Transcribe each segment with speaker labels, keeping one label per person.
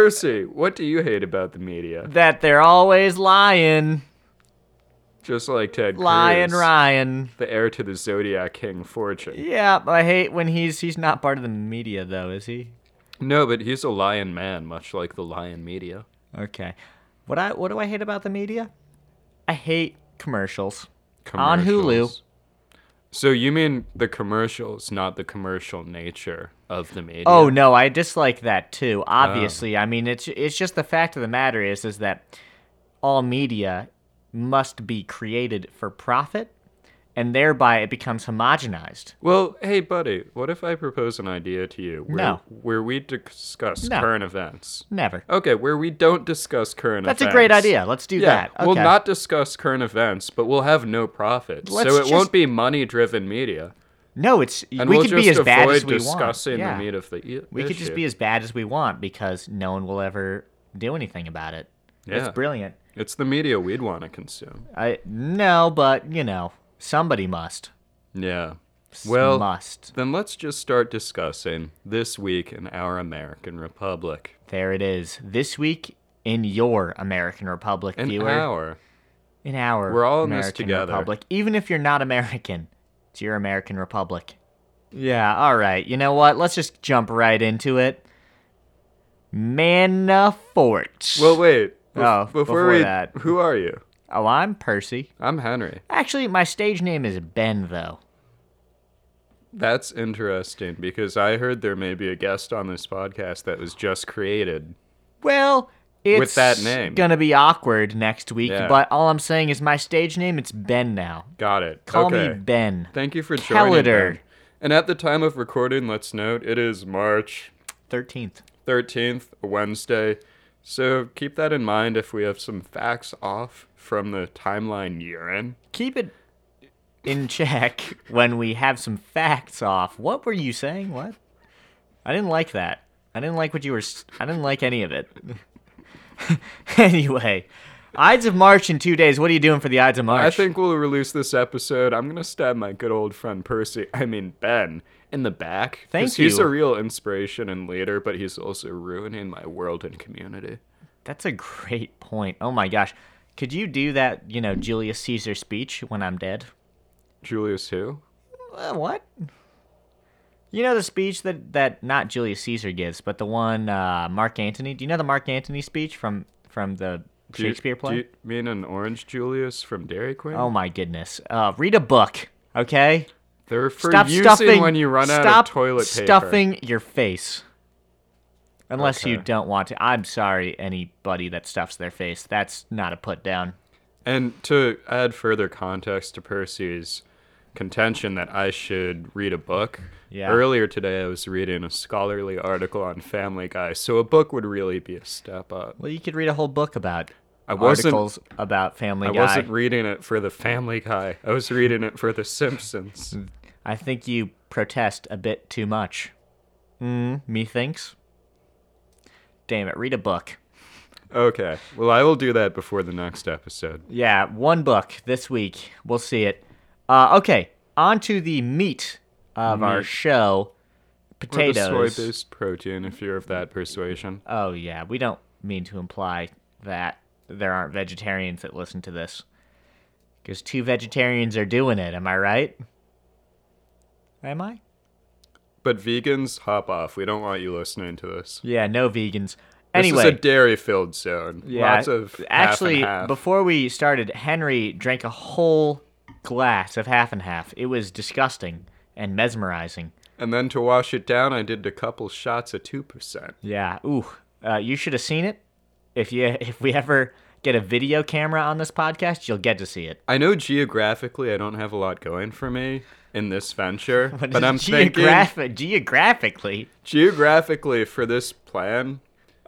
Speaker 1: Percy, what do you hate about the media?
Speaker 2: That they're always lying.
Speaker 1: Just like Ted
Speaker 2: Lying
Speaker 1: Cruz,
Speaker 2: Ryan.
Speaker 1: the heir to the Zodiac King fortune.
Speaker 2: Yeah, I hate when he's he's not part of the media though, is he?
Speaker 1: No, but he's a lion man, much like the lion media.
Speaker 2: Okay. What I what do I hate about the media? I hate commercials. On Hulu.
Speaker 1: Commercials. So you mean the commercials, not the commercial nature of the media?
Speaker 2: Oh no, I dislike
Speaker 1: Oh.
Speaker 2: that too. Obviously, I mean it's it's just the fact of the matter is is that all media must be created for profit, and thereby it becomes homogenized.
Speaker 1: Well, hey, buddy, what if I propose an idea to you where,
Speaker 2: No.
Speaker 1: where we discuss
Speaker 2: No.
Speaker 1: current events?
Speaker 2: Never.
Speaker 1: Okay, where we don't discuss current
Speaker 2: That's a
Speaker 1: events.
Speaker 2: great idea. Let's do
Speaker 1: yeah,
Speaker 2: that. Okay.
Speaker 1: we'll not discuss current events, but we'll have no profit.
Speaker 2: Let's
Speaker 1: so it
Speaker 2: just-
Speaker 1: won't be money driven media.
Speaker 2: no, it's
Speaker 1: And
Speaker 2: we
Speaker 1: we'll
Speaker 2: could
Speaker 1: just
Speaker 2: be as
Speaker 1: avoid
Speaker 2: bad as we
Speaker 1: discussing
Speaker 2: want. Yeah.
Speaker 1: the meat of the I-
Speaker 2: we could just
Speaker 1: issue.
Speaker 2: be as bad as we want because no one will ever do anything about it. It's
Speaker 1: Yeah.
Speaker 2: brilliant.
Speaker 1: It's the media we'd want to consume.
Speaker 2: I no, but you know, somebody must.
Speaker 1: Yeah. Well,
Speaker 2: must.
Speaker 1: then let's just start discussing this week in our American Republic.
Speaker 2: There it is. This week in your American Republic
Speaker 1: An
Speaker 2: viewer.
Speaker 1: hour.
Speaker 2: An hour.
Speaker 1: We're all in this
Speaker 2: American
Speaker 1: together.
Speaker 2: Republic. Even if you're not American, it's your American Republic. Yeah, all right. You know what? Let's just jump right into it. Manafort.
Speaker 1: Well, wait. bef-
Speaker 2: Oh,
Speaker 1: before,
Speaker 2: before
Speaker 1: we,
Speaker 2: that.
Speaker 1: who are you?
Speaker 2: oh, I'm Percy.
Speaker 1: I'm Henry.
Speaker 2: Actually, my stage name is Ben, though.
Speaker 1: That's interesting because I heard there may be a guest on this podcast that was just created.
Speaker 2: Well, it's
Speaker 1: With that name.
Speaker 2: gonna be awkward next week.
Speaker 1: Yeah.
Speaker 2: But all I'm saying is my stage name. It's Ben now.
Speaker 1: Got it.
Speaker 2: Call
Speaker 1: okay.
Speaker 2: me Ben.
Speaker 1: Thank you for joining.
Speaker 2: Calendar.
Speaker 1: Ben. And at the time of recording, let's note it is March
Speaker 2: Thirteenth.
Speaker 1: 13th, Wednesday. So keep that in mind if we have some facts off from the timeline you're in.
Speaker 2: Keep it in check when we have some facts off. What were you saying? What? I didn't like that. I didn't like what you were. s- I didn't like any of it. anyway, Ides of March in two days. What are you doing for the Ides of March?
Speaker 1: I think we'll release this episode. I'm gonna stab my good old friend Percy, I mean Ben, in the back. 'cause
Speaker 2: Thank
Speaker 1: He's
Speaker 2: you.
Speaker 1: a real inspiration and leader, but he's also ruining my world and community.
Speaker 2: That's a great point. Oh my gosh. Could you do that, you know, Julius Caesar speech when I'm dead?
Speaker 1: Julius who?
Speaker 2: Uh, what? You know the speech that that not Julius Caesar gives, but the one uh, Mark Antony. Do you know the Mark Antony speech from from the
Speaker 1: Do you-
Speaker 2: Shakespeare play?
Speaker 1: Do you mean an orange Julius from Dairy Queen?
Speaker 2: oh my goodness! Uh, read a book, okay?
Speaker 1: They're for
Speaker 2: Stop
Speaker 1: using
Speaker 2: stuffing
Speaker 1: when you run
Speaker 2: stop
Speaker 1: out of toilet paper.
Speaker 2: stuffing your face. Unless you
Speaker 1: Okay.
Speaker 2: don't want to. I'm sorry, anybody that stuffs their face. That's not a put down.
Speaker 1: And to add further context to Percy's contention that I should read a book,
Speaker 2: Yeah.
Speaker 1: earlier today I was reading a scholarly article on Family Guy, so a book would really be a step up.
Speaker 2: Well, you could read a whole book about
Speaker 1: I wasn't-
Speaker 2: articles about Family
Speaker 1: I
Speaker 2: Guy.
Speaker 1: wasn't reading it for the Family Guy. I was reading it for the Simpsons.
Speaker 2: I think you protest a bit too much. Mm,
Speaker 1: Mm-hmm.
Speaker 2: methinks. Damn it, read a book.
Speaker 1: Okay. Well, I will do that before the next episode.
Speaker 2: Yeah, one book this week. We'll see it. Uh, okay, on to the meat of our show
Speaker 1: Or
Speaker 2: potatoes.
Speaker 1: The soy-based protein, if you're of that persuasion.
Speaker 2: Oh, yeah. We don't mean to imply that there aren't vegetarians that listen to this. Because two vegetarians are doing it, am I right? Am I?
Speaker 1: But vegans, hop off. We don't want you listening to this.
Speaker 2: Yeah, no vegans.
Speaker 1: This
Speaker 2: Anyway,
Speaker 1: is a dairy-filled zone.
Speaker 2: yeah,
Speaker 1: Lots of half and
Speaker 2: actually,
Speaker 1: half.
Speaker 2: before we started, Henry drank a whole glass of half and half. It was disgusting and mesmerizing.
Speaker 1: And then to wash it down, I did a couple shots of 2%.
Speaker 2: Yeah. Ooh. Uh, you should have seen it. If you if we ever get a video camera on this podcast, you'll get to see it.
Speaker 1: I know geographically I don't have a lot going for me in this venture, but I'm thinking
Speaker 2: Geographi- geographically.
Speaker 1: geographically for this plan,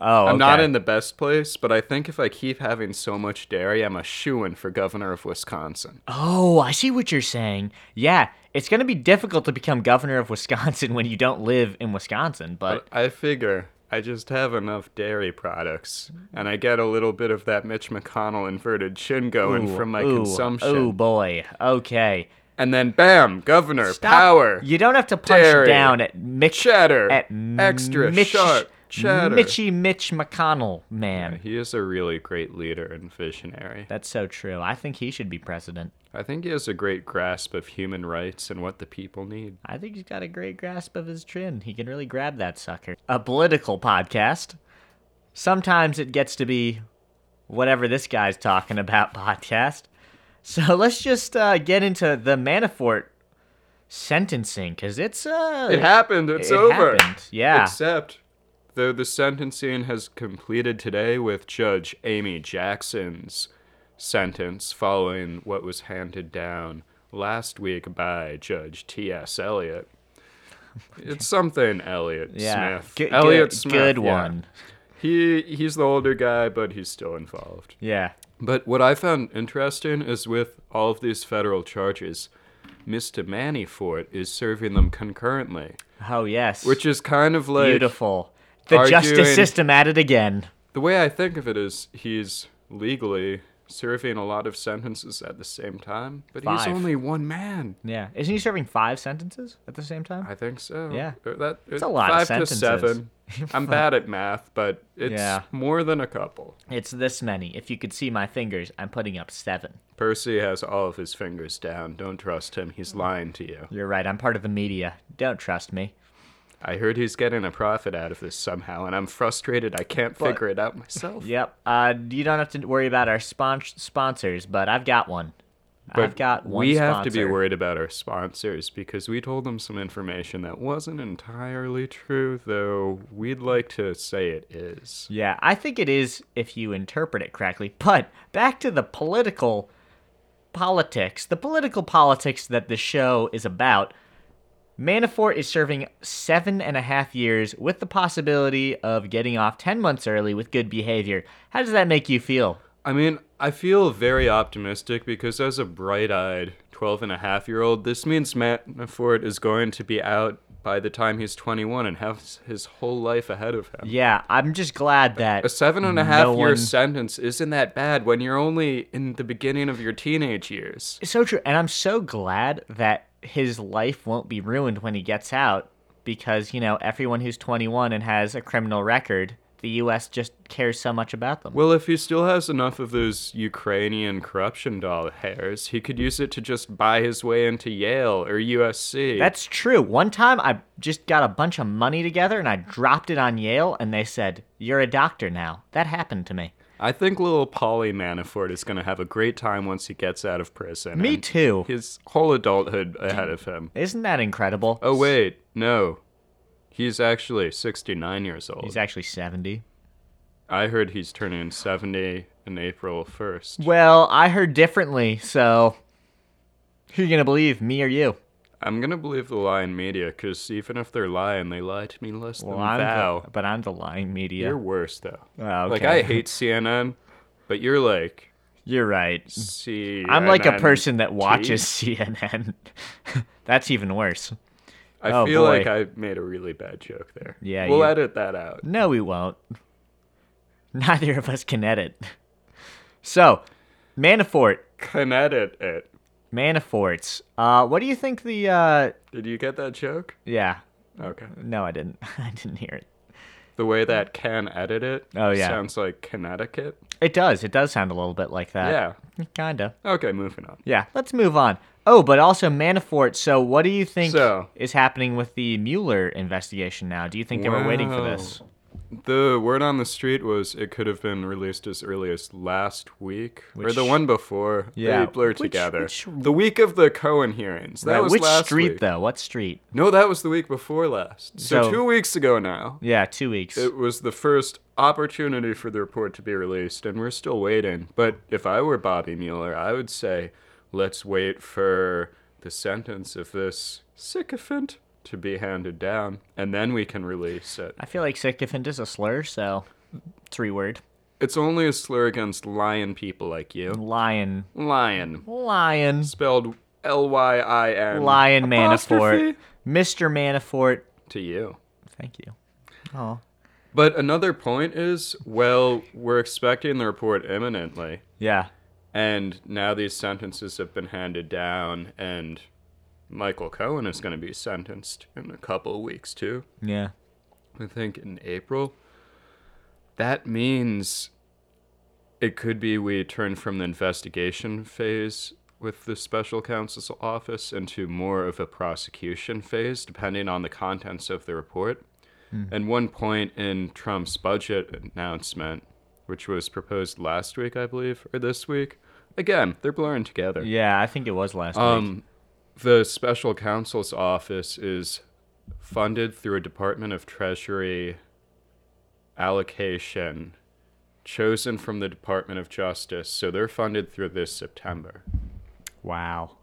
Speaker 2: Oh,
Speaker 1: I'm not
Speaker 2: okay.
Speaker 1: in the best place, but I think if I keep having so much dairy, I'm a shoo in for governor of Wisconsin.
Speaker 2: Oh, I see what you're saying. Yeah, it's gonna be difficult to become governor of Wisconsin when you don't live in Wisconsin. But
Speaker 1: I figure I just have enough dairy products, and I get a little bit of that Mitch McConnell inverted chin going
Speaker 2: Ooh,
Speaker 1: from my
Speaker 2: ooh,
Speaker 1: consumption.
Speaker 2: Oh boy. Okay.
Speaker 1: And then bam, governor,
Speaker 2: Stop.
Speaker 1: power.
Speaker 2: You don't have to punch
Speaker 1: Dairy.
Speaker 2: down at Mitch
Speaker 1: cheddar,
Speaker 2: at
Speaker 1: extra
Speaker 2: Mitch
Speaker 1: sharp Cheddar.
Speaker 2: Mitchy Mitch McConnell, man.
Speaker 1: He is a really great leader and visionary.
Speaker 2: That's so true. I think he should be president.
Speaker 1: I think he has a great grasp of human rights and what the people need.
Speaker 2: I think he's got a great grasp of his chin. He can really grab that sucker. A political podcast. Sometimes it gets to be whatever this guy's talking about podcast. So let's just uh, get into the Manafort sentencing because it's uh,
Speaker 1: It happened. It's over.
Speaker 2: happened. Yeah.
Speaker 1: Except, though the sentencing has completed today with Judge Amy Jackson's sentence following what was handed down last week by Judge T.S. Eliot. It's something Elliot
Speaker 2: yeah.
Speaker 1: Smith.
Speaker 2: Good-
Speaker 1: Elliot
Speaker 2: good,
Speaker 1: Smith.
Speaker 2: Good
Speaker 1: yeah.
Speaker 2: one.
Speaker 1: He he's the older guy, but he's still involved.
Speaker 2: Yeah.
Speaker 1: But what I found interesting is with all of these federal charges, Mr. Manafort is serving them concurrently,
Speaker 2: Oh yes.
Speaker 1: which is kind of like
Speaker 2: beautiful. The justice
Speaker 1: arguing-
Speaker 2: system at it again.
Speaker 1: the way I think of it is he's legally serving a lot of sentences at the same time, but he's
Speaker 2: Five.
Speaker 1: only one man.
Speaker 2: Yeah. Isn't he serving five sentences at the same time?
Speaker 1: I think so.
Speaker 2: Yeah.
Speaker 1: Or that it's
Speaker 2: a lot of
Speaker 1: Five
Speaker 2: sentences.
Speaker 1: to seven. I'm bad at math, but it's
Speaker 2: Yeah.
Speaker 1: more than a couple.
Speaker 2: It's this many. If you could see my fingers, I'm putting up seven.
Speaker 1: Percy has all of his fingers down. Don't trust him. He's lying to you.
Speaker 2: You're right. I'm part of the media. Don't trust me.
Speaker 1: I heard he's getting a profit out of this somehow, and I'm frustrated. I can't figure it out myself.
Speaker 2: Yep. Uh, you don't have to worry about our spon- sponsors, but I've got one. I've got one.
Speaker 1: we have to be
Speaker 2: sponsor.
Speaker 1: worried about our sponsors because we told them some information that wasn't entirely true, though we'd like to say it is.
Speaker 2: Yeah, I think it is if you interpret it correctly. But back to the political politics, the political politics that the show is about. Manafort is serving seven and a half years with the possibility of getting off 10 months early with good behavior. How does that make you feel?
Speaker 1: I mean, I feel very optimistic because as a bright eyed 12 and a half year old, this means Manafort is going to be out by the time he's 21 and has his whole life ahead of him.
Speaker 2: Yeah, I'm just glad that.
Speaker 1: A seven and a half
Speaker 2: No
Speaker 1: year
Speaker 2: one-
Speaker 1: sentence isn't that bad when you're only in the beginning of your teenage years.
Speaker 2: So true. And I'm so glad that his life won't be ruined when he gets out because, you know, everyone who's 21 and has a criminal record, the U.S. just cares so much about them.
Speaker 1: Well, if he still has enough of those Ukrainian corruption doll hairs, he could use it to just buy his way into Yale or USC.
Speaker 2: That's true. One time I just got a bunch of money together and I dropped it on Yale and they said, You're a doctor now. That happened to me.
Speaker 1: I think little Polly Manafort is going to have a great time once he gets out of prison.
Speaker 2: Me
Speaker 1: and
Speaker 2: too.
Speaker 1: His whole adulthood ahead of him.
Speaker 2: Isn't that incredible?
Speaker 1: Oh, wait, no. He's actually 69 years old.
Speaker 2: He's actually 70.
Speaker 1: I heard he's turning 70 in April 1st.
Speaker 2: Well, I heard differently, so who you going to believe, me or you?
Speaker 1: I'm gonna believe the lying media, cause even if they're lying, they lie to me less
Speaker 2: Well,
Speaker 1: than
Speaker 2: I'm
Speaker 1: thou.
Speaker 2: the, but I'm the lying media.
Speaker 1: You're worse though.
Speaker 2: Oh,
Speaker 1: Like
Speaker 2: okay.
Speaker 1: I hate CNN, but you're like
Speaker 2: You're right.
Speaker 1: CNN.
Speaker 2: I'm like a person that watches CNN. That's even worse.
Speaker 1: I
Speaker 2: oh,
Speaker 1: feel
Speaker 2: boy.
Speaker 1: like I made a really bad joke there.
Speaker 2: Yeah,
Speaker 1: we'll
Speaker 2: you-
Speaker 1: edit that out.
Speaker 2: No, we won't. Neither of us can edit. So, Manafort,
Speaker 1: Can edit it.
Speaker 2: Manafort's. Uh, what do you think the? Uh,
Speaker 1: Did you get that joke?
Speaker 2: yeah,
Speaker 1: Okay.
Speaker 2: no, I didn't. I didn't hear it.
Speaker 1: The way that can edit it.
Speaker 2: Oh, yeah.
Speaker 1: Sounds like Connecticut.
Speaker 2: It does. It does sound a little bit like that.
Speaker 1: yeah.
Speaker 2: Yeah, kinda.
Speaker 1: Okay, moving on.
Speaker 2: Yeah. Let's move on. Oh, but also Manafort. So, what do you think
Speaker 1: So-
Speaker 2: is happening with the Mueller investigation now? Do you think they were waiting for
Speaker 1: Wow.
Speaker 2: this?
Speaker 1: The word on the street was it could have been released as early as last week or
Speaker 2: Which-
Speaker 1: the one before.
Speaker 2: Yeah.
Speaker 1: they blur
Speaker 2: Which-
Speaker 1: together.
Speaker 2: which-
Speaker 1: the week of the Cohen hearings. That
Speaker 2: Right,
Speaker 1: was
Speaker 2: Which
Speaker 1: last
Speaker 2: street
Speaker 1: week.
Speaker 2: though? What street?
Speaker 1: No, that was the week before last. So,
Speaker 2: So-
Speaker 1: two weeks ago now,
Speaker 2: Yeah, two weeks.
Speaker 1: it was the first opportunity for the report to be released, and we're still waiting. But if I were Bobby Mueller, I would say let's wait for the sentence of this sycophant to be handed down, and then we can release it.
Speaker 2: I feel like sycophant is a slur, so three word.
Speaker 1: It's only a slur against lion people like you.
Speaker 2: Lion.
Speaker 1: Lion.
Speaker 2: Lion.
Speaker 1: Spelled L Y I N.
Speaker 2: Lion Manafort.
Speaker 1: Apostrophe
Speaker 2: Mr. Manafort.
Speaker 1: To you.
Speaker 2: Thank you. Oh.
Speaker 1: But another point is well, we're expecting the report imminently.
Speaker 2: Yeah.
Speaker 1: And now these sentences have been handed down, and Michael Cohen is going to be sentenced in a couple of weeks, too.
Speaker 2: Yeah.
Speaker 1: I think in April. That means it could be we turn from the investigation phase with the special counsel's office into more of a prosecution phase, depending on the contents of the report. And one point in Trump's budget announcement, which was proposed last week, I believe, or this week, again, they're blurring together.
Speaker 2: Yeah, I think it was last week.
Speaker 1: Um, the special counsel's office is funded through a Department of Treasury allocation chosen from the Department of Justice. So they're funded through this September.
Speaker 2: Wow.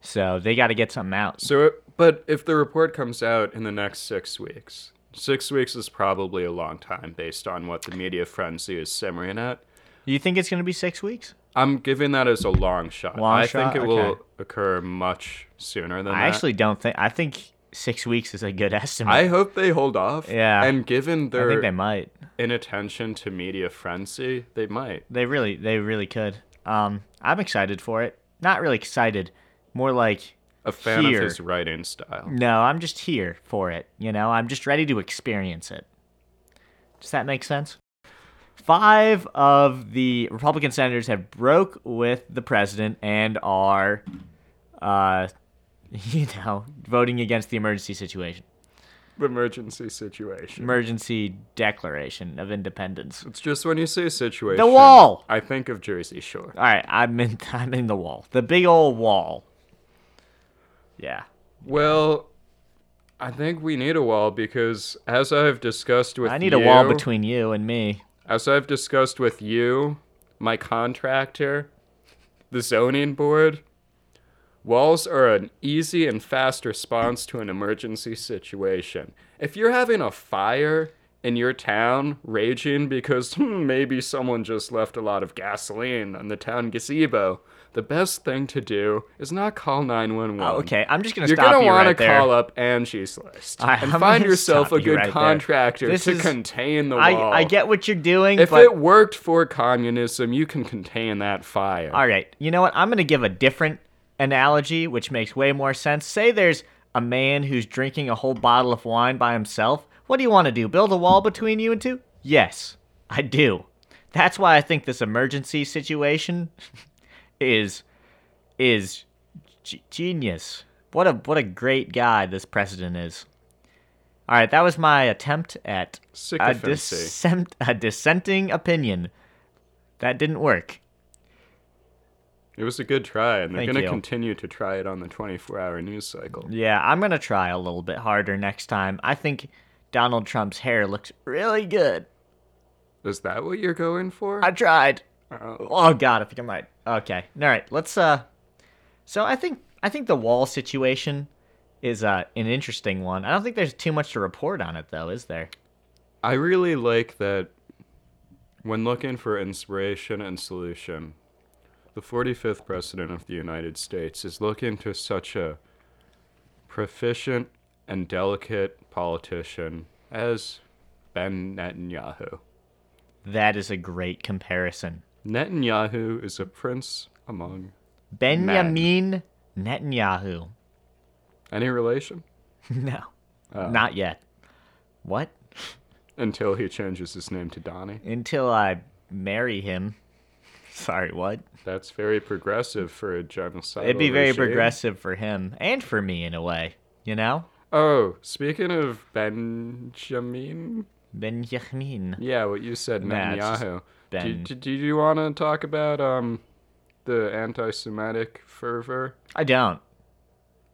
Speaker 2: So they got to get something out.
Speaker 1: So, it- but if the report comes out in the next six weeks, six weeks is probably a long time based on what the media frenzy is simmering at.
Speaker 2: You think it's going to be six weeks?
Speaker 1: I'm giving that as a long shot.
Speaker 2: Long
Speaker 1: I
Speaker 2: shot?
Speaker 1: think it
Speaker 2: Okay.
Speaker 1: will occur much sooner than
Speaker 2: I
Speaker 1: that.
Speaker 2: actually don't think. I think six weeks is a good estimate.
Speaker 1: I hope they hold off.
Speaker 2: Yeah.
Speaker 1: And given
Speaker 2: I
Speaker 1: their
Speaker 2: think they might.
Speaker 1: inattention to media frenzy, they might.
Speaker 2: They really, they really could. Um, I'm excited for it. Not really excited. More like
Speaker 1: A fan
Speaker 2: Here.
Speaker 1: of his writing style.
Speaker 2: no. I'm just here for it. You know, I'm just ready to experience it. Does that make sense? Five of the Republican senators have broke with the president and are, uh, you know, voting against the emergency situation,
Speaker 1: Emergency situation.
Speaker 2: emergency declaration of independence.
Speaker 1: it's just when you say situation.
Speaker 2: wall!
Speaker 1: I think of Jersey Shore.
Speaker 2: All right, I'm in. I'm in the wall. The big old wall. Yeah.
Speaker 1: Well, I think we need a wall because, as I've discussed with
Speaker 2: I need a wall
Speaker 1: you- Um,
Speaker 2: between you and me.
Speaker 1: As I've discussed with you, my contractor, the zoning board, walls are an easy and fast response to an emergency situation. If you're having a fire in your town raging because hmm, maybe someone just left a lot of gasoline on the town gazebo, the best thing to do is not call 911.
Speaker 2: Oh, okay, I'm just gonna
Speaker 1: You're
Speaker 2: stop
Speaker 1: gonna
Speaker 2: you
Speaker 1: want
Speaker 2: right
Speaker 1: to
Speaker 2: there.
Speaker 1: call up Angie's List
Speaker 2: I-
Speaker 1: and
Speaker 2: I'm
Speaker 1: find
Speaker 2: gonna
Speaker 1: yourself
Speaker 2: stop
Speaker 1: a
Speaker 2: you
Speaker 1: good
Speaker 2: right there.
Speaker 1: contractor
Speaker 2: This
Speaker 1: to
Speaker 2: is-
Speaker 1: contain the
Speaker 2: I,
Speaker 1: wall.
Speaker 2: I get what you're doing,
Speaker 1: If
Speaker 2: but
Speaker 1: it worked for communism, you can contain that fire.
Speaker 2: all right. You know what? I'm gonna give a different analogy, which makes way more sense. Say there's a man who's drinking a whole bottle of wine by himself. What do you want to do? Build a wall between you and two? Yes, I do. That's why I think this emergency situation is is g- genius. What a what a great guy this president is. All right, that was my attempt at a,
Speaker 1: Sycophancy.
Speaker 2: dissent, a dissenting opinion. That didn't work.
Speaker 1: It was a good try, and they're
Speaker 2: Thank
Speaker 1: going
Speaker 2: you.
Speaker 1: to continue to try it on the 24 hour news cycle.
Speaker 2: Yeah, I'm gonna try a little bit harder next time. I think Donald Trump's hair looks really good.
Speaker 1: Is that what you're going for?
Speaker 2: I tried.
Speaker 1: Oh.
Speaker 2: Oh god, I think I might. Okay. All right, let's uh So I think I think the wall situation is uh an interesting one. I don't think there's too much to report on it though, is there?
Speaker 1: I really like that when looking for inspiration and solution, the 45th President of the United States is looking to such a proficient and delicate politician as Ben Netanyahu.
Speaker 2: That is a great comparison.
Speaker 1: Netanyahu is a prince among
Speaker 2: Benjamin Netanyahu.
Speaker 1: any relation.
Speaker 2: No. Not yet. What?
Speaker 1: until he changes his name to Donnie.
Speaker 2: Until I marry him. Sorry, what?
Speaker 1: That's very progressive for a genocidal.
Speaker 2: It'd be very
Speaker 1: regime.
Speaker 2: progressive for him and for me in a way, you know?
Speaker 1: Oh, speaking of Benjamin,
Speaker 2: Benjamin.
Speaker 1: yeah, what you said,
Speaker 2: Nah, it's just
Speaker 1: Netanyahu.
Speaker 2: Ben.
Speaker 1: Do, do, do you want to talk about um the anti-Semitic fervor?
Speaker 2: I don't.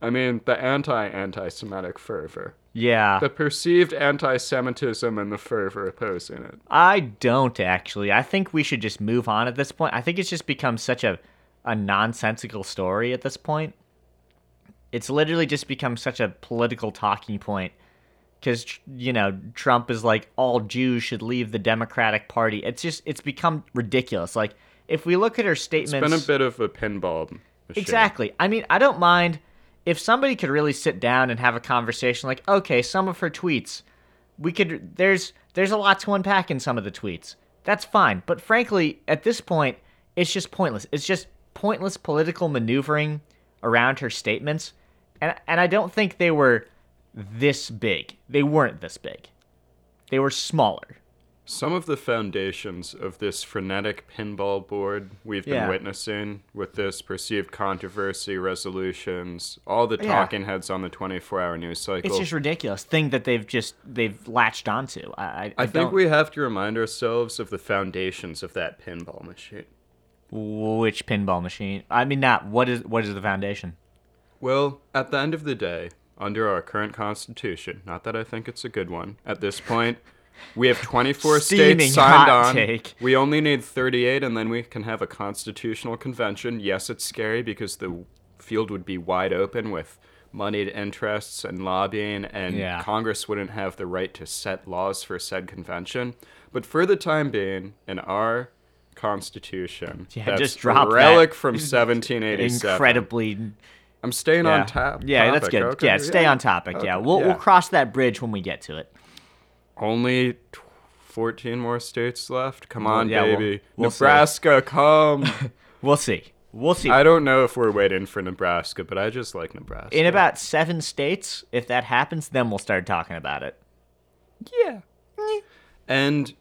Speaker 1: I mean, the anti-anti-Semitic fervor,
Speaker 2: Yeah.
Speaker 1: the perceived anti-Semitism and the fervor opposing it.
Speaker 2: I don't actually. I think we should just move on at this point. I think it's just become such a a nonsensical story at this point. It's literally just become such a political talking point cuz you know, Trump is like all Jews should leave the Democratic Party. It's just it's become ridiculous. Like if we look at her
Speaker 1: It's
Speaker 2: statements
Speaker 1: been a bit of a pinball. Machine.
Speaker 2: Exactly. I mean, I don't mind if somebody could really sit down and have a conversation like, okay, some of her tweets, we could there's there's a lot to unpack in some of the tweets. That's fine. But frankly, at this point, it's just pointless. It's just pointless political maneuvering around her statements. And and I don't think they were this big. They weren't this big. They were smaller.
Speaker 1: Some of the foundations of this frenetic pinball board we've been
Speaker 2: Yeah.
Speaker 1: witnessing with this perceived controversy, resolutions, all the
Speaker 2: Yeah.
Speaker 1: talking heads on the 24 hour news cycle.
Speaker 2: It's just ridiculous thing that they've just they've latched onto. I I,
Speaker 1: I
Speaker 2: don't-
Speaker 1: think we have to remind ourselves of the foundations of that pinball machine.
Speaker 2: which pinball machine. I mean, not what is what is the foundation?
Speaker 1: Well, at the end of the day, under our current constitution, not that I think it's a good one at this point, we have 24
Speaker 2: Steaming
Speaker 1: states signed
Speaker 2: hot
Speaker 1: on.
Speaker 2: take.
Speaker 1: We only need 38, and then we can have a constitutional convention. Yes, it's scary because the field would be wide open with moneyed interests and lobbying, and
Speaker 2: Yeah.
Speaker 1: Congress wouldn't have the right to set laws for said convention. But for the time being, in our constitution,
Speaker 2: Yeah,
Speaker 1: that's
Speaker 2: just drop
Speaker 1: a
Speaker 2: that.
Speaker 1: relic from 1787.
Speaker 2: Incredibly
Speaker 1: I'm staying
Speaker 2: yeah.
Speaker 1: on top.
Speaker 2: Yeah, that's
Speaker 1: topic,
Speaker 2: good.
Speaker 1: okay,
Speaker 2: yeah, stay on topic. Yeah,
Speaker 1: okay,
Speaker 2: we'll
Speaker 1: yeah.
Speaker 2: we'll cross that bridge when we get to it.
Speaker 1: Only t- 14 more states left. Come on,
Speaker 2: yeah, we'll-
Speaker 1: baby.
Speaker 2: we'll see.
Speaker 1: Nebraska, come.
Speaker 2: We'll see. We'll see.
Speaker 1: I don't know if we're waiting for Nebraska, but I just like Nebraska.
Speaker 2: In about seven states, if that happens, then we'll start talking about it.
Speaker 1: yeah. And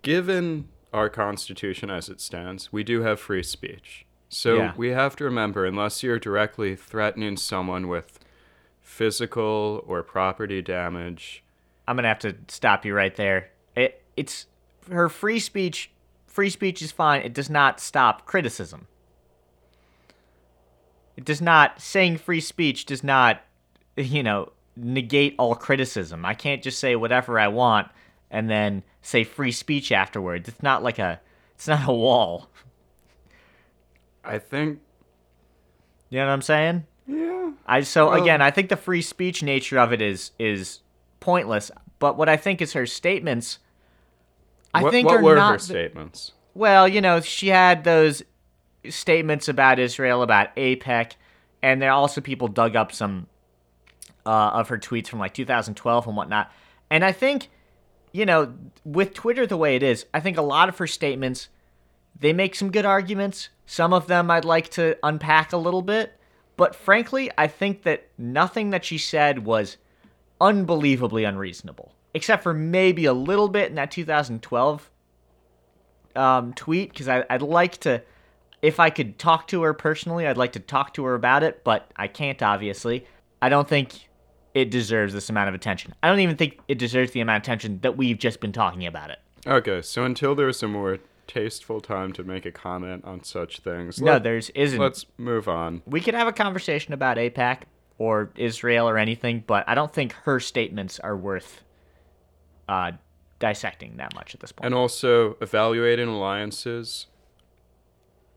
Speaker 1: given our Constitution as it stands, we do have free speech. So
Speaker 2: Yeah.
Speaker 1: we have to remember, unless you're directly threatening someone with physical or property damage,
Speaker 2: I'm gonna have to stop you right there. It, it's her free speech. Free speech is fine. It does not stop criticism. It does not saying free speech does not, you know, negate all criticism. I can't just say whatever I want and then say free speech afterwards. It's not like a, it's not a wall.
Speaker 1: I think.
Speaker 2: You know what I'm saying?
Speaker 1: Yeah.
Speaker 2: I
Speaker 1: Oh.
Speaker 2: so again, I think the free speech nature of it is is pointless. But what I think is her statements. I
Speaker 1: what
Speaker 2: think
Speaker 1: what
Speaker 2: are
Speaker 1: were
Speaker 2: not
Speaker 1: her
Speaker 2: the-
Speaker 1: statements?
Speaker 2: Well, you know, she had those statements about Israel, about APEC, and there also people dug up some uh, of her tweets from like 2012 and whatnot. And I think, you know, with Twitter the way it is, I think a lot of her statements, they make some good arguments. Some of them I'd like to unpack a little bit. But frankly, I think that nothing that she said was unbelievably unreasonable, except for maybe a little bit in that 2012 um, tweet because I'd like to, if I could talk to her personally, I'd like to talk to her about it, but I can't, obviously. I don't think it deserves this amount of attention. I don't even think it deserves the amount of attention that we've just been talking about it.
Speaker 1: Okay, so until there's a more tasteful time to make a comment on such things,
Speaker 2: No,
Speaker 1: let,
Speaker 2: there's isn't.
Speaker 1: let's move on.
Speaker 2: we could have a conversation about APAC or Israel or anything, but I don't think her statements are worth uh, dissecting that much at this point.
Speaker 1: And also, evaluating alliances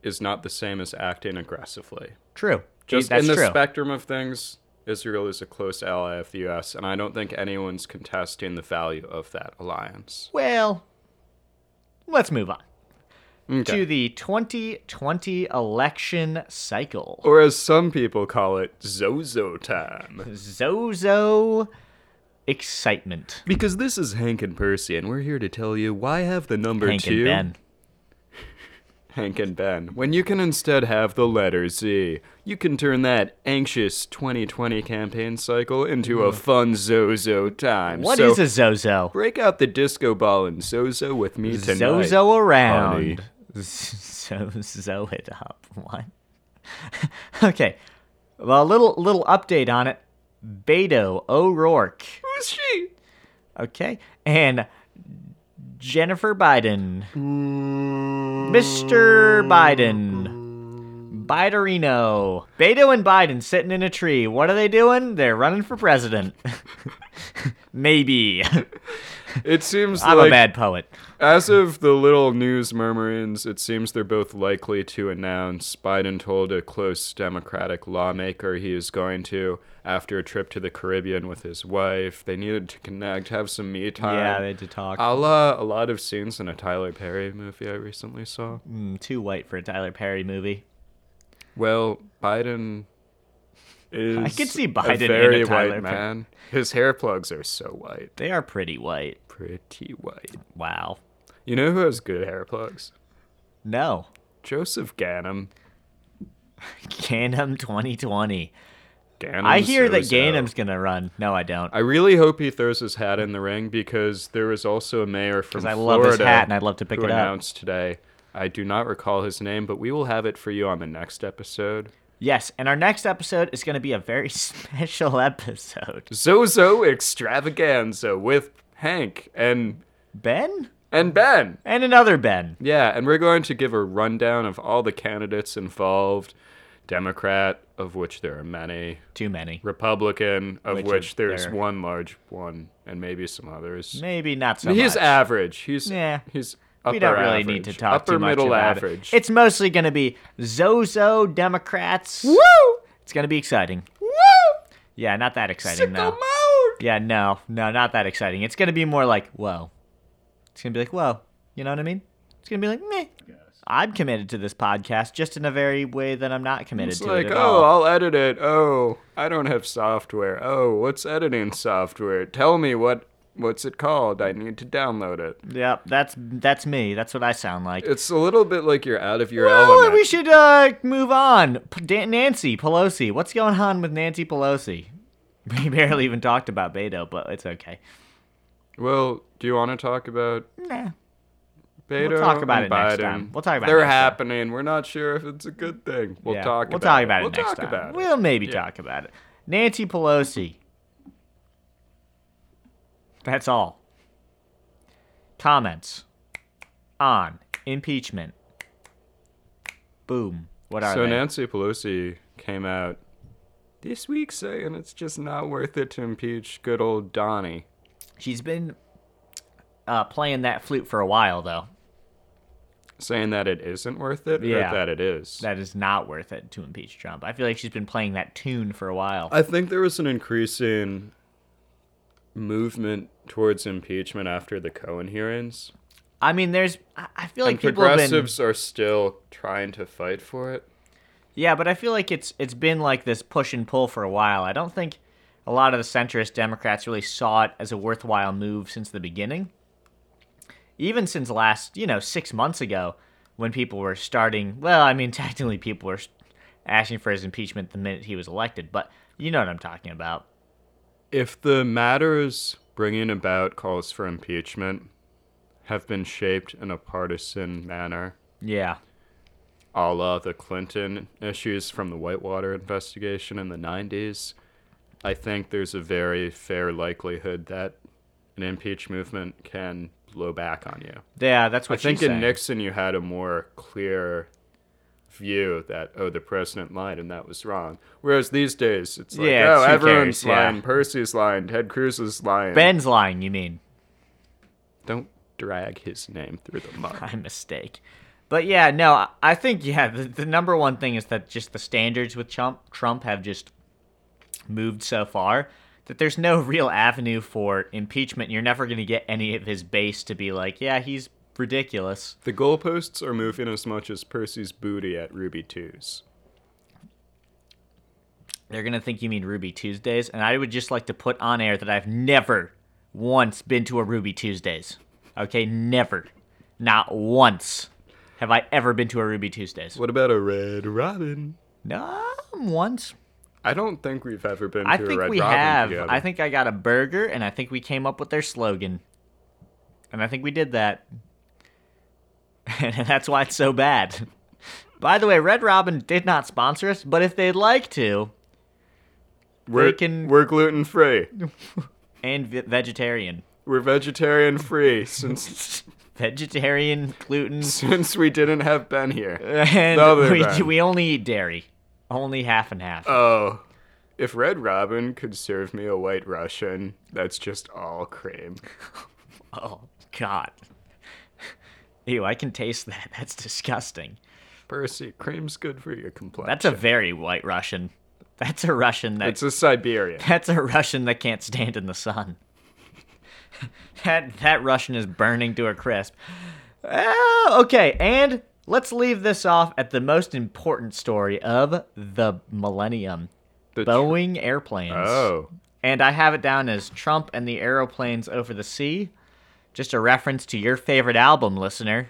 Speaker 1: is not the same as acting aggressively.
Speaker 2: True.
Speaker 1: Just
Speaker 2: That's
Speaker 1: in the
Speaker 2: true.
Speaker 1: spectrum of things, Israel is a close ally of the U.S., and I don't think anyone's contesting the value of that alliance.
Speaker 2: Well, let's move on
Speaker 1: Okay.
Speaker 2: to the 2020 election cycle.
Speaker 1: Or as some people call it, Zozo time.
Speaker 2: Zozo excitement.
Speaker 1: Because this is Hank and Percy, and we're here to tell you why have the number
Speaker 2: Hank
Speaker 1: two.
Speaker 2: and Ben.
Speaker 1: Hank and Ben, when you can instead have the letter Z, you can turn that anxious 2020 campaign cycle into a fun Zozo time.
Speaker 2: Hmm. What is
Speaker 1: so
Speaker 2: a Zozo?
Speaker 1: break out the disco ball and Zozo with me tonight?
Speaker 2: Zozo
Speaker 1: honey.
Speaker 2: around. Zozo it up. What? okay. Well, a little little update on it. Beto O'Rourke.
Speaker 1: Who's she?
Speaker 2: Okay. And Jennifer Biden. Mr. Biden. Biderino. Beto and Biden sitting in a tree. What are they doing? They're running for president. Maybe.
Speaker 1: It seems
Speaker 2: I'm a
Speaker 1: like
Speaker 2: bad poet.
Speaker 1: as of the little news murmurings, it seems they're both likely to announce. Biden told a close Democratic lawmaker he is going to after a trip to the Caribbean with his wife. They needed to connect, have some me time.
Speaker 2: yeah, they had to talk.
Speaker 1: a la a lot of scenes in a Tyler Perry movie I recently saw.
Speaker 2: Mm, too white for a Tyler Perry movie.
Speaker 1: Well, Biden is
Speaker 2: I could see Biden in
Speaker 1: a
Speaker 2: a
Speaker 1: very
Speaker 2: Tyler
Speaker 1: white
Speaker 2: Perry.
Speaker 1: man. His hair plugs are so white,
Speaker 2: They are pretty white.
Speaker 1: pretty white.
Speaker 2: Wow.
Speaker 1: You know who has good hair plugs?
Speaker 2: No.
Speaker 1: Joseph Ganem.
Speaker 2: Canham 2020.
Speaker 1: Ganem.
Speaker 2: I hear that
Speaker 1: Sozo.
Speaker 2: Ganem's gonna run. No, I don't.
Speaker 1: I really hope he throws his hat in the ring because there was also a mayor from
Speaker 2: Because I
Speaker 1: Florida
Speaker 2: love his hat and I'd love to pick
Speaker 1: who
Speaker 2: it up.
Speaker 1: announced today. I do not recall his name, but we will have it for you on the next episode.
Speaker 2: Yes, and our next episode is gonna be a very special episode.
Speaker 1: Zozo Extravaganza with Hank and
Speaker 2: Ben
Speaker 1: and Ben.
Speaker 2: and another Ben.
Speaker 1: Yeah, and we're going to give a rundown of all the candidates involved. Democrat, of which there are many.
Speaker 2: Too many.
Speaker 1: Republican, of
Speaker 2: Which
Speaker 1: which,
Speaker 2: is
Speaker 1: there's
Speaker 2: there.
Speaker 1: one large one, and maybe some others.
Speaker 2: Maybe not so
Speaker 1: He's
Speaker 2: much.
Speaker 1: average. He's
Speaker 2: Yeah.
Speaker 1: He's upper
Speaker 2: we don't really need to
Speaker 1: average,
Speaker 2: talk
Speaker 1: upper
Speaker 2: too much
Speaker 1: middle
Speaker 2: about
Speaker 1: average.
Speaker 2: it. It's mostly gonna be Zozo Democrats.
Speaker 1: woo
Speaker 2: It's gonna be exciting.
Speaker 1: woo
Speaker 2: Yeah, not that exciting
Speaker 1: sicko
Speaker 2: though.
Speaker 1: mode.
Speaker 2: Yeah, no, no, not that exciting. It's gonna be more like whoa. It's gonna be like whoa. You know what I mean? It's gonna be like meh. I'm committed to this podcast, just in a very way that I'm not committed
Speaker 1: It's
Speaker 2: to
Speaker 1: like,
Speaker 2: it at
Speaker 1: oh,
Speaker 2: all.
Speaker 1: I'll edit it. Oh, I don't have software. Oh, what's editing software? Tell me what what's it called? I need to download it.
Speaker 2: Yep, that's that's me. That's what I sound like.
Speaker 1: It's a little bit like you're out of your
Speaker 2: Well,
Speaker 1: element.
Speaker 2: we should uh, move on. P- Dan- Nancy Pelosi. What's going on with Nancy Pelosi? We barely even talked about Beto, but it's okay.
Speaker 1: Well, do you want to talk about
Speaker 2: Nah.
Speaker 1: Beto
Speaker 2: talk about
Speaker 1: and
Speaker 2: it next
Speaker 1: Biden?
Speaker 2: time. We'll talk about it
Speaker 1: They're
Speaker 2: next time.
Speaker 1: happening. We're not sure if it's a good thing. We'll
Speaker 2: Yeah,
Speaker 1: talk.
Speaker 2: We'll
Speaker 1: about
Speaker 2: talk
Speaker 1: it.
Speaker 2: about it
Speaker 1: We'll
Speaker 2: next
Speaker 1: talk
Speaker 2: time.
Speaker 1: about it.
Speaker 2: We'll maybe talk about it. Nancy Pelosi. That's all. Comments on impeachment. Boom. What are
Speaker 1: So
Speaker 2: they?
Speaker 1: Nancy Pelosi came out this week saying it's just not worth it to impeach good old Donnie.
Speaker 2: She's been uh, playing that flute for a while, though.
Speaker 1: Saying that it isn't worth it
Speaker 2: Yeah.
Speaker 1: or that it is.
Speaker 2: That is not worth it to impeach Trump. I feel like she's been playing that tune for a while.
Speaker 1: I think there was an increasing movement towards impeachment after the Cohen hearings.
Speaker 2: I mean, there's. I I feel like
Speaker 1: and
Speaker 2: people have been.
Speaker 1: progressives are still trying to fight for it.
Speaker 2: Yeah, but I feel like it's it's been like this push and pull for a while. I don't think a lot of the centrist Democrats really saw it as a worthwhile move since the beginning. Even since last, you know, six months ago, when people were starting. Well, I mean, technically, people were asking for his impeachment the minute he was elected, but you know what I'm talking about.
Speaker 1: If the matters bringing about calls for impeachment have been shaped in a partisan manner,
Speaker 2: Yeah.
Speaker 1: a la the Clinton issues from the Whitewater investigation in the 90s, I think there's a very fair likelihood that an impeach movement can blow back on you.
Speaker 2: Yeah, that's
Speaker 1: I
Speaker 2: what
Speaker 1: think
Speaker 2: she's
Speaker 1: in
Speaker 2: saying.
Speaker 1: Nixon, you had a more clear view that, oh, the president lied and that was wrong. Whereas these days, it's like,
Speaker 2: Yeah,
Speaker 1: oh,
Speaker 2: it's who
Speaker 1: everyone's
Speaker 2: cares, yeah.
Speaker 1: lying. Percy's lying. Ted Cruz is lying.
Speaker 2: Ben's lying, you mean?
Speaker 1: Don't drag his name through the mud.
Speaker 2: by mistake. But yeah, no, I- I think yeah, the, the number one thing is that just the standards with Trump Trump have just moved so far that there's no real avenue for impeachment. You're never going to get any of his base to be like, yeah, he's ridiculous.
Speaker 1: The goalposts are moving as much as Percy's booty at Ruby Twos.
Speaker 2: They're going to think you mean Ruby Tuesdays, and I would just like to put on air that I've never once been to a Ruby Tuesdays. Okay, never. Not once have I ever been to a Ruby Tuesdays.
Speaker 1: What about a Red Robin?
Speaker 2: No, once.
Speaker 1: I don't think we've ever been
Speaker 2: I
Speaker 1: to
Speaker 2: think
Speaker 1: a Red
Speaker 2: we
Speaker 1: Robin
Speaker 2: have.
Speaker 1: together.
Speaker 2: I think I got a burger, and I think we came up with their slogan, and I think we did that, and that's why it's so bad. By the way, Red Robin did not sponsor us, but if they'd like to,
Speaker 1: we're,
Speaker 2: they can-
Speaker 1: we're gluten free.
Speaker 2: and ve- vegetarian,
Speaker 1: We're vegetarian free since
Speaker 2: vegetarian, gluten,
Speaker 1: since we didn't have Ben here.
Speaker 2: and
Speaker 1: Other
Speaker 2: we,
Speaker 1: than-
Speaker 2: we only eat dairy, only half and half.
Speaker 1: Oh, if Red Robin could serve me a White Russian, that's just all cream.
Speaker 2: oh God. Ew, I can taste that. That's disgusting.
Speaker 1: Percy, cream's good for your complexion.
Speaker 2: That's a very white Russian. That's a Russian that
Speaker 1: it's a Siberian.
Speaker 2: That's a Russian that can't stand in the sun. that that Russian is burning to a crisp. Oh, okay, and let's leave this off at the most important story of the millennium:
Speaker 1: The tr-
Speaker 2: Boeing airplanes.
Speaker 1: oh,
Speaker 2: And I have it down as Trump and the aeroplanes over the sea. Just a reference to your favorite album, listener.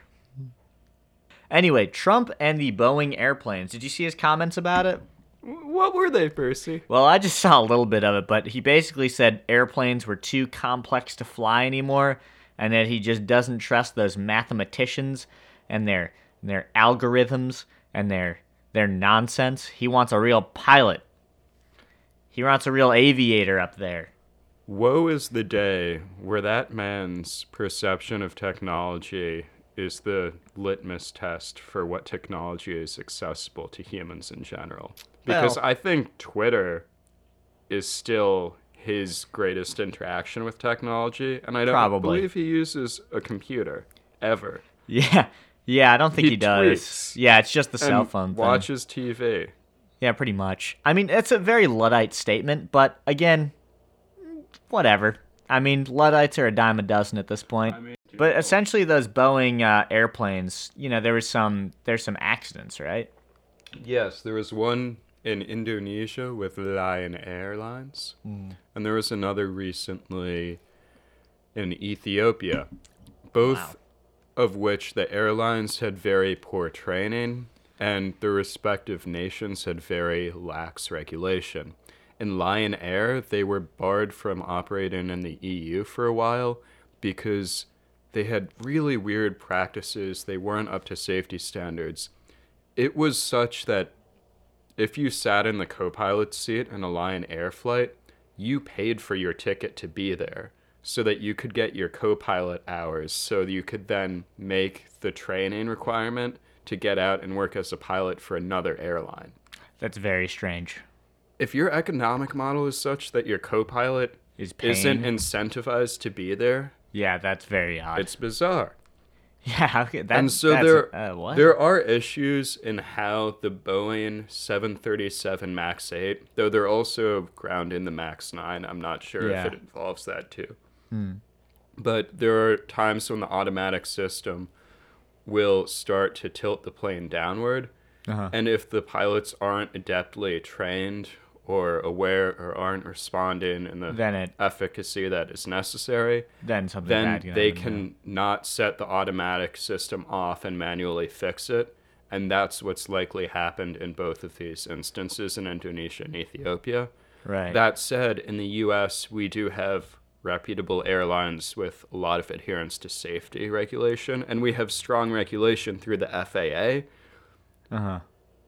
Speaker 2: Anyway, Trump and the Boeing airplanes. Did you see his comments about it?
Speaker 1: What were they, Percy?
Speaker 2: Well, I just saw a little bit of it, but he basically said airplanes were too complex to fly anymore, and that he just doesn't trust those mathematicians and their their algorithms and their their nonsense. He wants a real pilot. He wants a real aviator up there.
Speaker 1: Woe is the day where that man's perception of technology is the litmus test for what technology is accessible to humans in general. Because
Speaker 2: Well-
Speaker 1: I think Twitter is still his greatest interaction with technology, and I don't
Speaker 2: Probably.
Speaker 1: believe he uses a computer ever.
Speaker 2: Yeah. Yeah, I don't think he,
Speaker 1: He
Speaker 2: does.
Speaker 1: tweets.
Speaker 2: Yeah, it's just the cell
Speaker 1: And
Speaker 2: phone thing.
Speaker 1: watches TV.
Speaker 2: Yeah, pretty much. I mean, it's a very Luddite statement, but again, whatever. I mean, Luddites are a dime a dozen at this point. but essentially, those Boeing uh, airplanes, you know, there was some, there's some accidents, right?
Speaker 1: Yes, there was one in Indonesia with Lion Airlines, and there was another recently in Ethiopia, both of which the airlines had very poor training and the respective nations had very lax regulation. In Lion Air, they were barred from operating in the EU for a while because they had really weird practices, they weren't up to safety standards it was such that if you sat in the co-pilot seat in a Lion Air flight, you paid for your ticket to be there so that you could get your co-pilot hours so you could then make the training requirement to get out and work as a pilot for another airline.
Speaker 2: That's very strange.
Speaker 1: If your economic model is such that your co-pilot
Speaker 2: Is
Speaker 1: isn't
Speaker 2: pain-
Speaker 1: incentivized to be there,
Speaker 2: Yeah, that's very odd.
Speaker 1: it's bizarre.
Speaker 2: yeah, okay, that,
Speaker 1: and so
Speaker 2: that's,
Speaker 1: there,
Speaker 2: uh, what?
Speaker 1: there are issues in how the Boeing 737 MAX 8, though they're also ground in the MAX 9. I'm not sure
Speaker 2: Yeah. Hmm.
Speaker 1: if it involves that too. But there are times when the automatic system will start to tilt the plane downward.
Speaker 2: Uh-huh.
Speaker 1: And if the pilots aren't adeptly trained or aware or aren't responding in the
Speaker 2: Then it-
Speaker 1: efficacy that is necessary,
Speaker 2: then something
Speaker 1: then
Speaker 2: bad can
Speaker 1: they
Speaker 2: happen, yeah.
Speaker 1: can not set the automatic system off and manually fix it. And that's what's likely happened in both of these instances in Indonesia and Ethiopia.
Speaker 2: Right.
Speaker 1: That said, in the US, we do have reputable airlines with a lot of adherence to safety regulation, and we have strong regulation through the FAA.
Speaker 2: Uh-huh.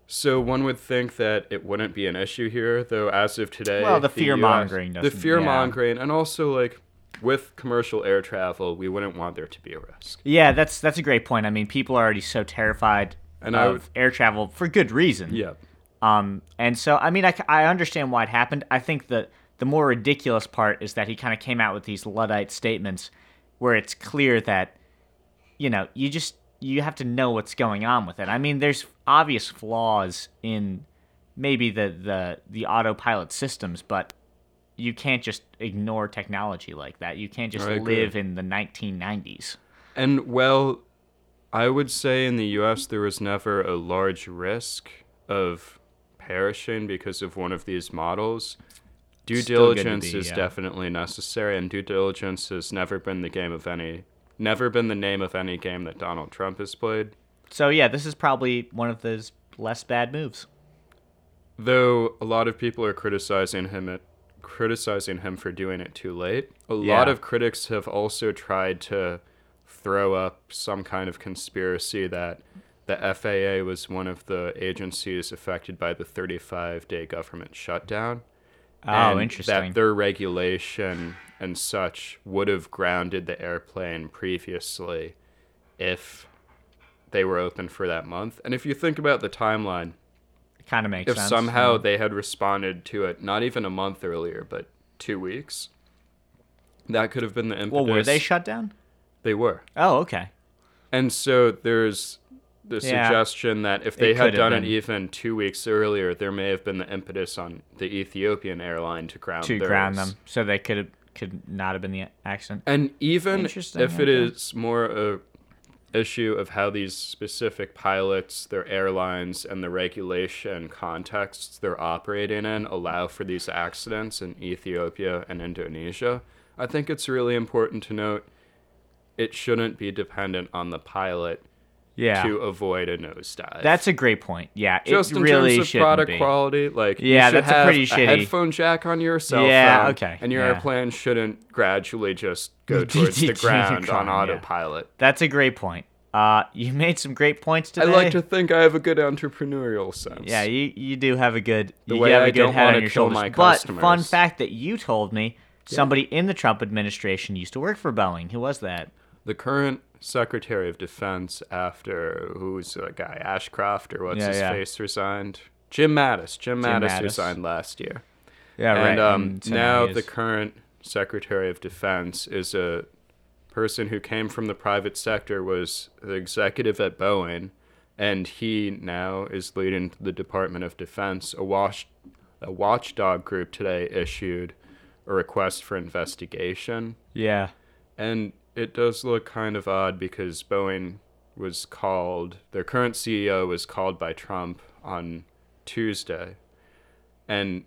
Speaker 1: So one would think that it wouldn't be an issue here, though. As of today,
Speaker 2: Well, the
Speaker 1: US
Speaker 2: fear-mongering
Speaker 1: the
Speaker 2: doesn't-
Speaker 1: fear mongering, and also like with commercial air travel, we wouldn't want there to be a risk.
Speaker 2: Yeah, that's that's a great point. I mean, people are already so terrified
Speaker 1: And I
Speaker 2: of
Speaker 1: would-
Speaker 2: air travel for good reason.
Speaker 1: Yeah,
Speaker 2: Um, and so, I mean, I, c- I understand why it happened. I think that the more ridiculous part is that he kind of came out with these Luddite statements where it's clear that, you know, you just, you have to know what's going on with it. I mean, there's obvious flaws in maybe the, the, the autopilot systems, but you can't just ignore technology like that. You can't just
Speaker 1: I agree.
Speaker 2: live in the 1990s.
Speaker 1: and well, I would say in the U.S. there was never a large risk of perishing because of one of these models. Due
Speaker 2: Still good to
Speaker 1: diligence
Speaker 2: be,
Speaker 1: is
Speaker 2: yeah.
Speaker 1: definitely necessary, and due diligence has never been the game of any, never been the name of any game that Donald Trump has played.
Speaker 2: So, yeah, this is probably one of those less bad moves.
Speaker 1: though a lot of people are criticizing him at criticizing him for doing it too late a lot
Speaker 2: Yeah.
Speaker 1: of critics have also tried to throw up some kind of conspiracy that the FAA was one of the agencies affected by the 35 day government shutdown
Speaker 2: Oh,
Speaker 1: and
Speaker 2: interesting.
Speaker 1: That their regulation and such would have grounded the airplane previously if they were open for that month. And if you think about the timeline,
Speaker 2: kind of makes
Speaker 1: if
Speaker 2: sense.
Speaker 1: somehow they had responded to it not even a month earlier, but two weeks, that could have been the impetus.
Speaker 2: Well, were they shut down?
Speaker 1: they were.
Speaker 2: Oh, okay.
Speaker 1: And so there's the
Speaker 2: Yeah.
Speaker 1: suggestion that if they had
Speaker 2: could have
Speaker 1: done it
Speaker 2: been.
Speaker 1: even two weeks earlier, there may have been the impetus on the Ethiopian airline to ground
Speaker 2: To
Speaker 1: theirs.
Speaker 2: ground them, so they could have, could not have been the accident.
Speaker 1: And even if
Speaker 2: Interesting,
Speaker 1: it is
Speaker 2: okay.
Speaker 1: more a issue of how these specific pilots, their airlines, and the regulation contexts they're operating in allow for these accidents in Ethiopia and Indonesia, I think it's really important to note it shouldn't be dependent on the pilot
Speaker 2: Yeah.
Speaker 1: to avoid a nosedive.
Speaker 2: That's a great point. Yeah,
Speaker 1: just
Speaker 2: it
Speaker 1: in
Speaker 2: really
Speaker 1: terms of
Speaker 2: shouldn't
Speaker 1: product
Speaker 2: be.
Speaker 1: quality. Like, you
Speaker 2: Yeah,
Speaker 1: should
Speaker 2: that's a
Speaker 1: have
Speaker 2: pretty shitty-
Speaker 1: headphone jack on your cell
Speaker 2: Yeah,
Speaker 1: phone,
Speaker 2: okay,
Speaker 1: And your
Speaker 2: yeah.
Speaker 1: airplane shouldn't gradually just go towards the ground on
Speaker 2: Yeah.
Speaker 1: autopilot.
Speaker 2: That's a great point. Uh, you made some great points
Speaker 1: I
Speaker 2: today.
Speaker 1: like to think I have a good entrepreneurial sense.
Speaker 2: Yeah, you, you do have a good
Speaker 1: The
Speaker 2: you
Speaker 1: way
Speaker 2: have a
Speaker 1: I
Speaker 2: good
Speaker 1: don't
Speaker 2: head
Speaker 1: wanna
Speaker 2: on your
Speaker 1: kill
Speaker 2: shoulders.
Speaker 1: my
Speaker 2: but fun
Speaker 1: customers.
Speaker 2: fact that you told me, somebody in the Trump administration used to work for Boeing. Who was that?
Speaker 1: the current Secretary of Defense after who's a guy Ashcroft or what's
Speaker 2: Yeah,
Speaker 1: his
Speaker 2: yeah.
Speaker 1: face resigned. Jim Mattis. Jim, Mattis,
Speaker 2: Mattis.
Speaker 1: resigned last year.
Speaker 2: Yeah,
Speaker 1: and um, now the current Secretary of Defense is a person who came from the private sector, was the executive at Boeing, and he now is leading the Department of Defense. A watch, a watchdog group today issued a request for investigation.
Speaker 2: yeah,
Speaker 1: And it does look kind of odd because Boeing was called, their current CEO was called by Trump on Tuesday. And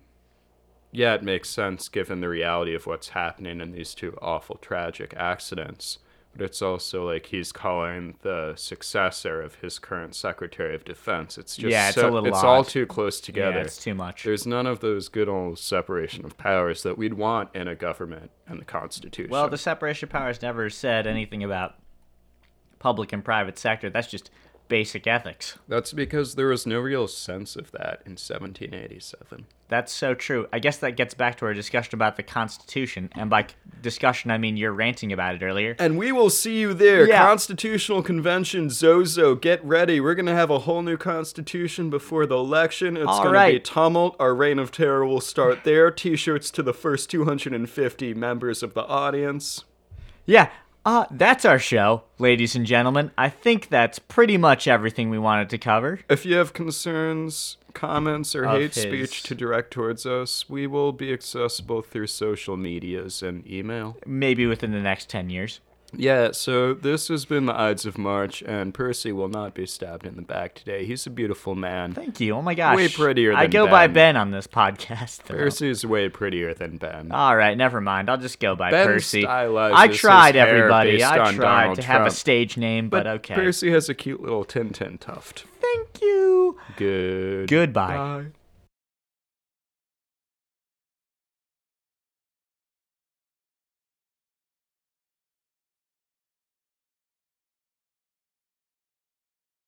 Speaker 1: yeah, it makes sense given the reality of what's happening in these two awful, tragic accidents. But it's also like he's calling the successor of his current Secretary of Defense. It's just
Speaker 2: Yeah, it's
Speaker 1: so-
Speaker 2: a little
Speaker 1: it's all
Speaker 2: odd.
Speaker 1: too close
Speaker 2: yeah,
Speaker 1: together.
Speaker 2: it's too much.
Speaker 1: There's none of those good old separation of powers that we'd want in a government and the Constitution.
Speaker 2: Well, the separation of powers never said anything about public and private sector. That's just basic ethics.
Speaker 1: That's because there was no real sense of that in 1787.
Speaker 2: That's so true. I guess that gets back to our discussion about the Constitution, and by c- discussion I mean you're ranting about it earlier.
Speaker 1: And we will see you there.
Speaker 2: Yeah.
Speaker 1: Constitutional Convention, Zozo, get ready. We're going to have a whole new constitution before the election. It's
Speaker 2: All
Speaker 1: going to be
Speaker 2: right.
Speaker 1: tumult. Our reign of terror will start there. T shirts to the first 250 members of the audience.
Speaker 2: Yeah, uh, that's our show, ladies and gentlemen. I think that's pretty much everything we wanted to cover.
Speaker 1: If you have concerns, comments, or
Speaker 2: Of
Speaker 1: hate
Speaker 2: his-
Speaker 1: speech to direct towards us, we will be accessible through social medias and email.
Speaker 2: Maybe within the next ten years.
Speaker 1: Yeah, so this has been the Ides of March, and Percy will not be stabbed in the back today. He's a beautiful man.
Speaker 2: Thank you. Oh my gosh.
Speaker 1: Way prettier
Speaker 2: I
Speaker 1: than
Speaker 2: go by
Speaker 1: Ben.
Speaker 2: Ben on this podcast. though.
Speaker 1: Percy's way prettier than Ben.
Speaker 2: All right, never mind. I'll just go by
Speaker 1: Ben
Speaker 2: Ah, Percy.
Speaker 1: stylizes
Speaker 2: I tried,
Speaker 1: his hair
Speaker 2: everybody.
Speaker 1: based
Speaker 2: I
Speaker 1: on
Speaker 2: tried
Speaker 1: Donald
Speaker 2: to have a
Speaker 1: Trump.
Speaker 2: stage name, but, okay.
Speaker 1: Percy has a cute little Tintin tuft.
Speaker 2: Thank you.
Speaker 1: Good.
Speaker 2: Goodbye.
Speaker 1: Bye.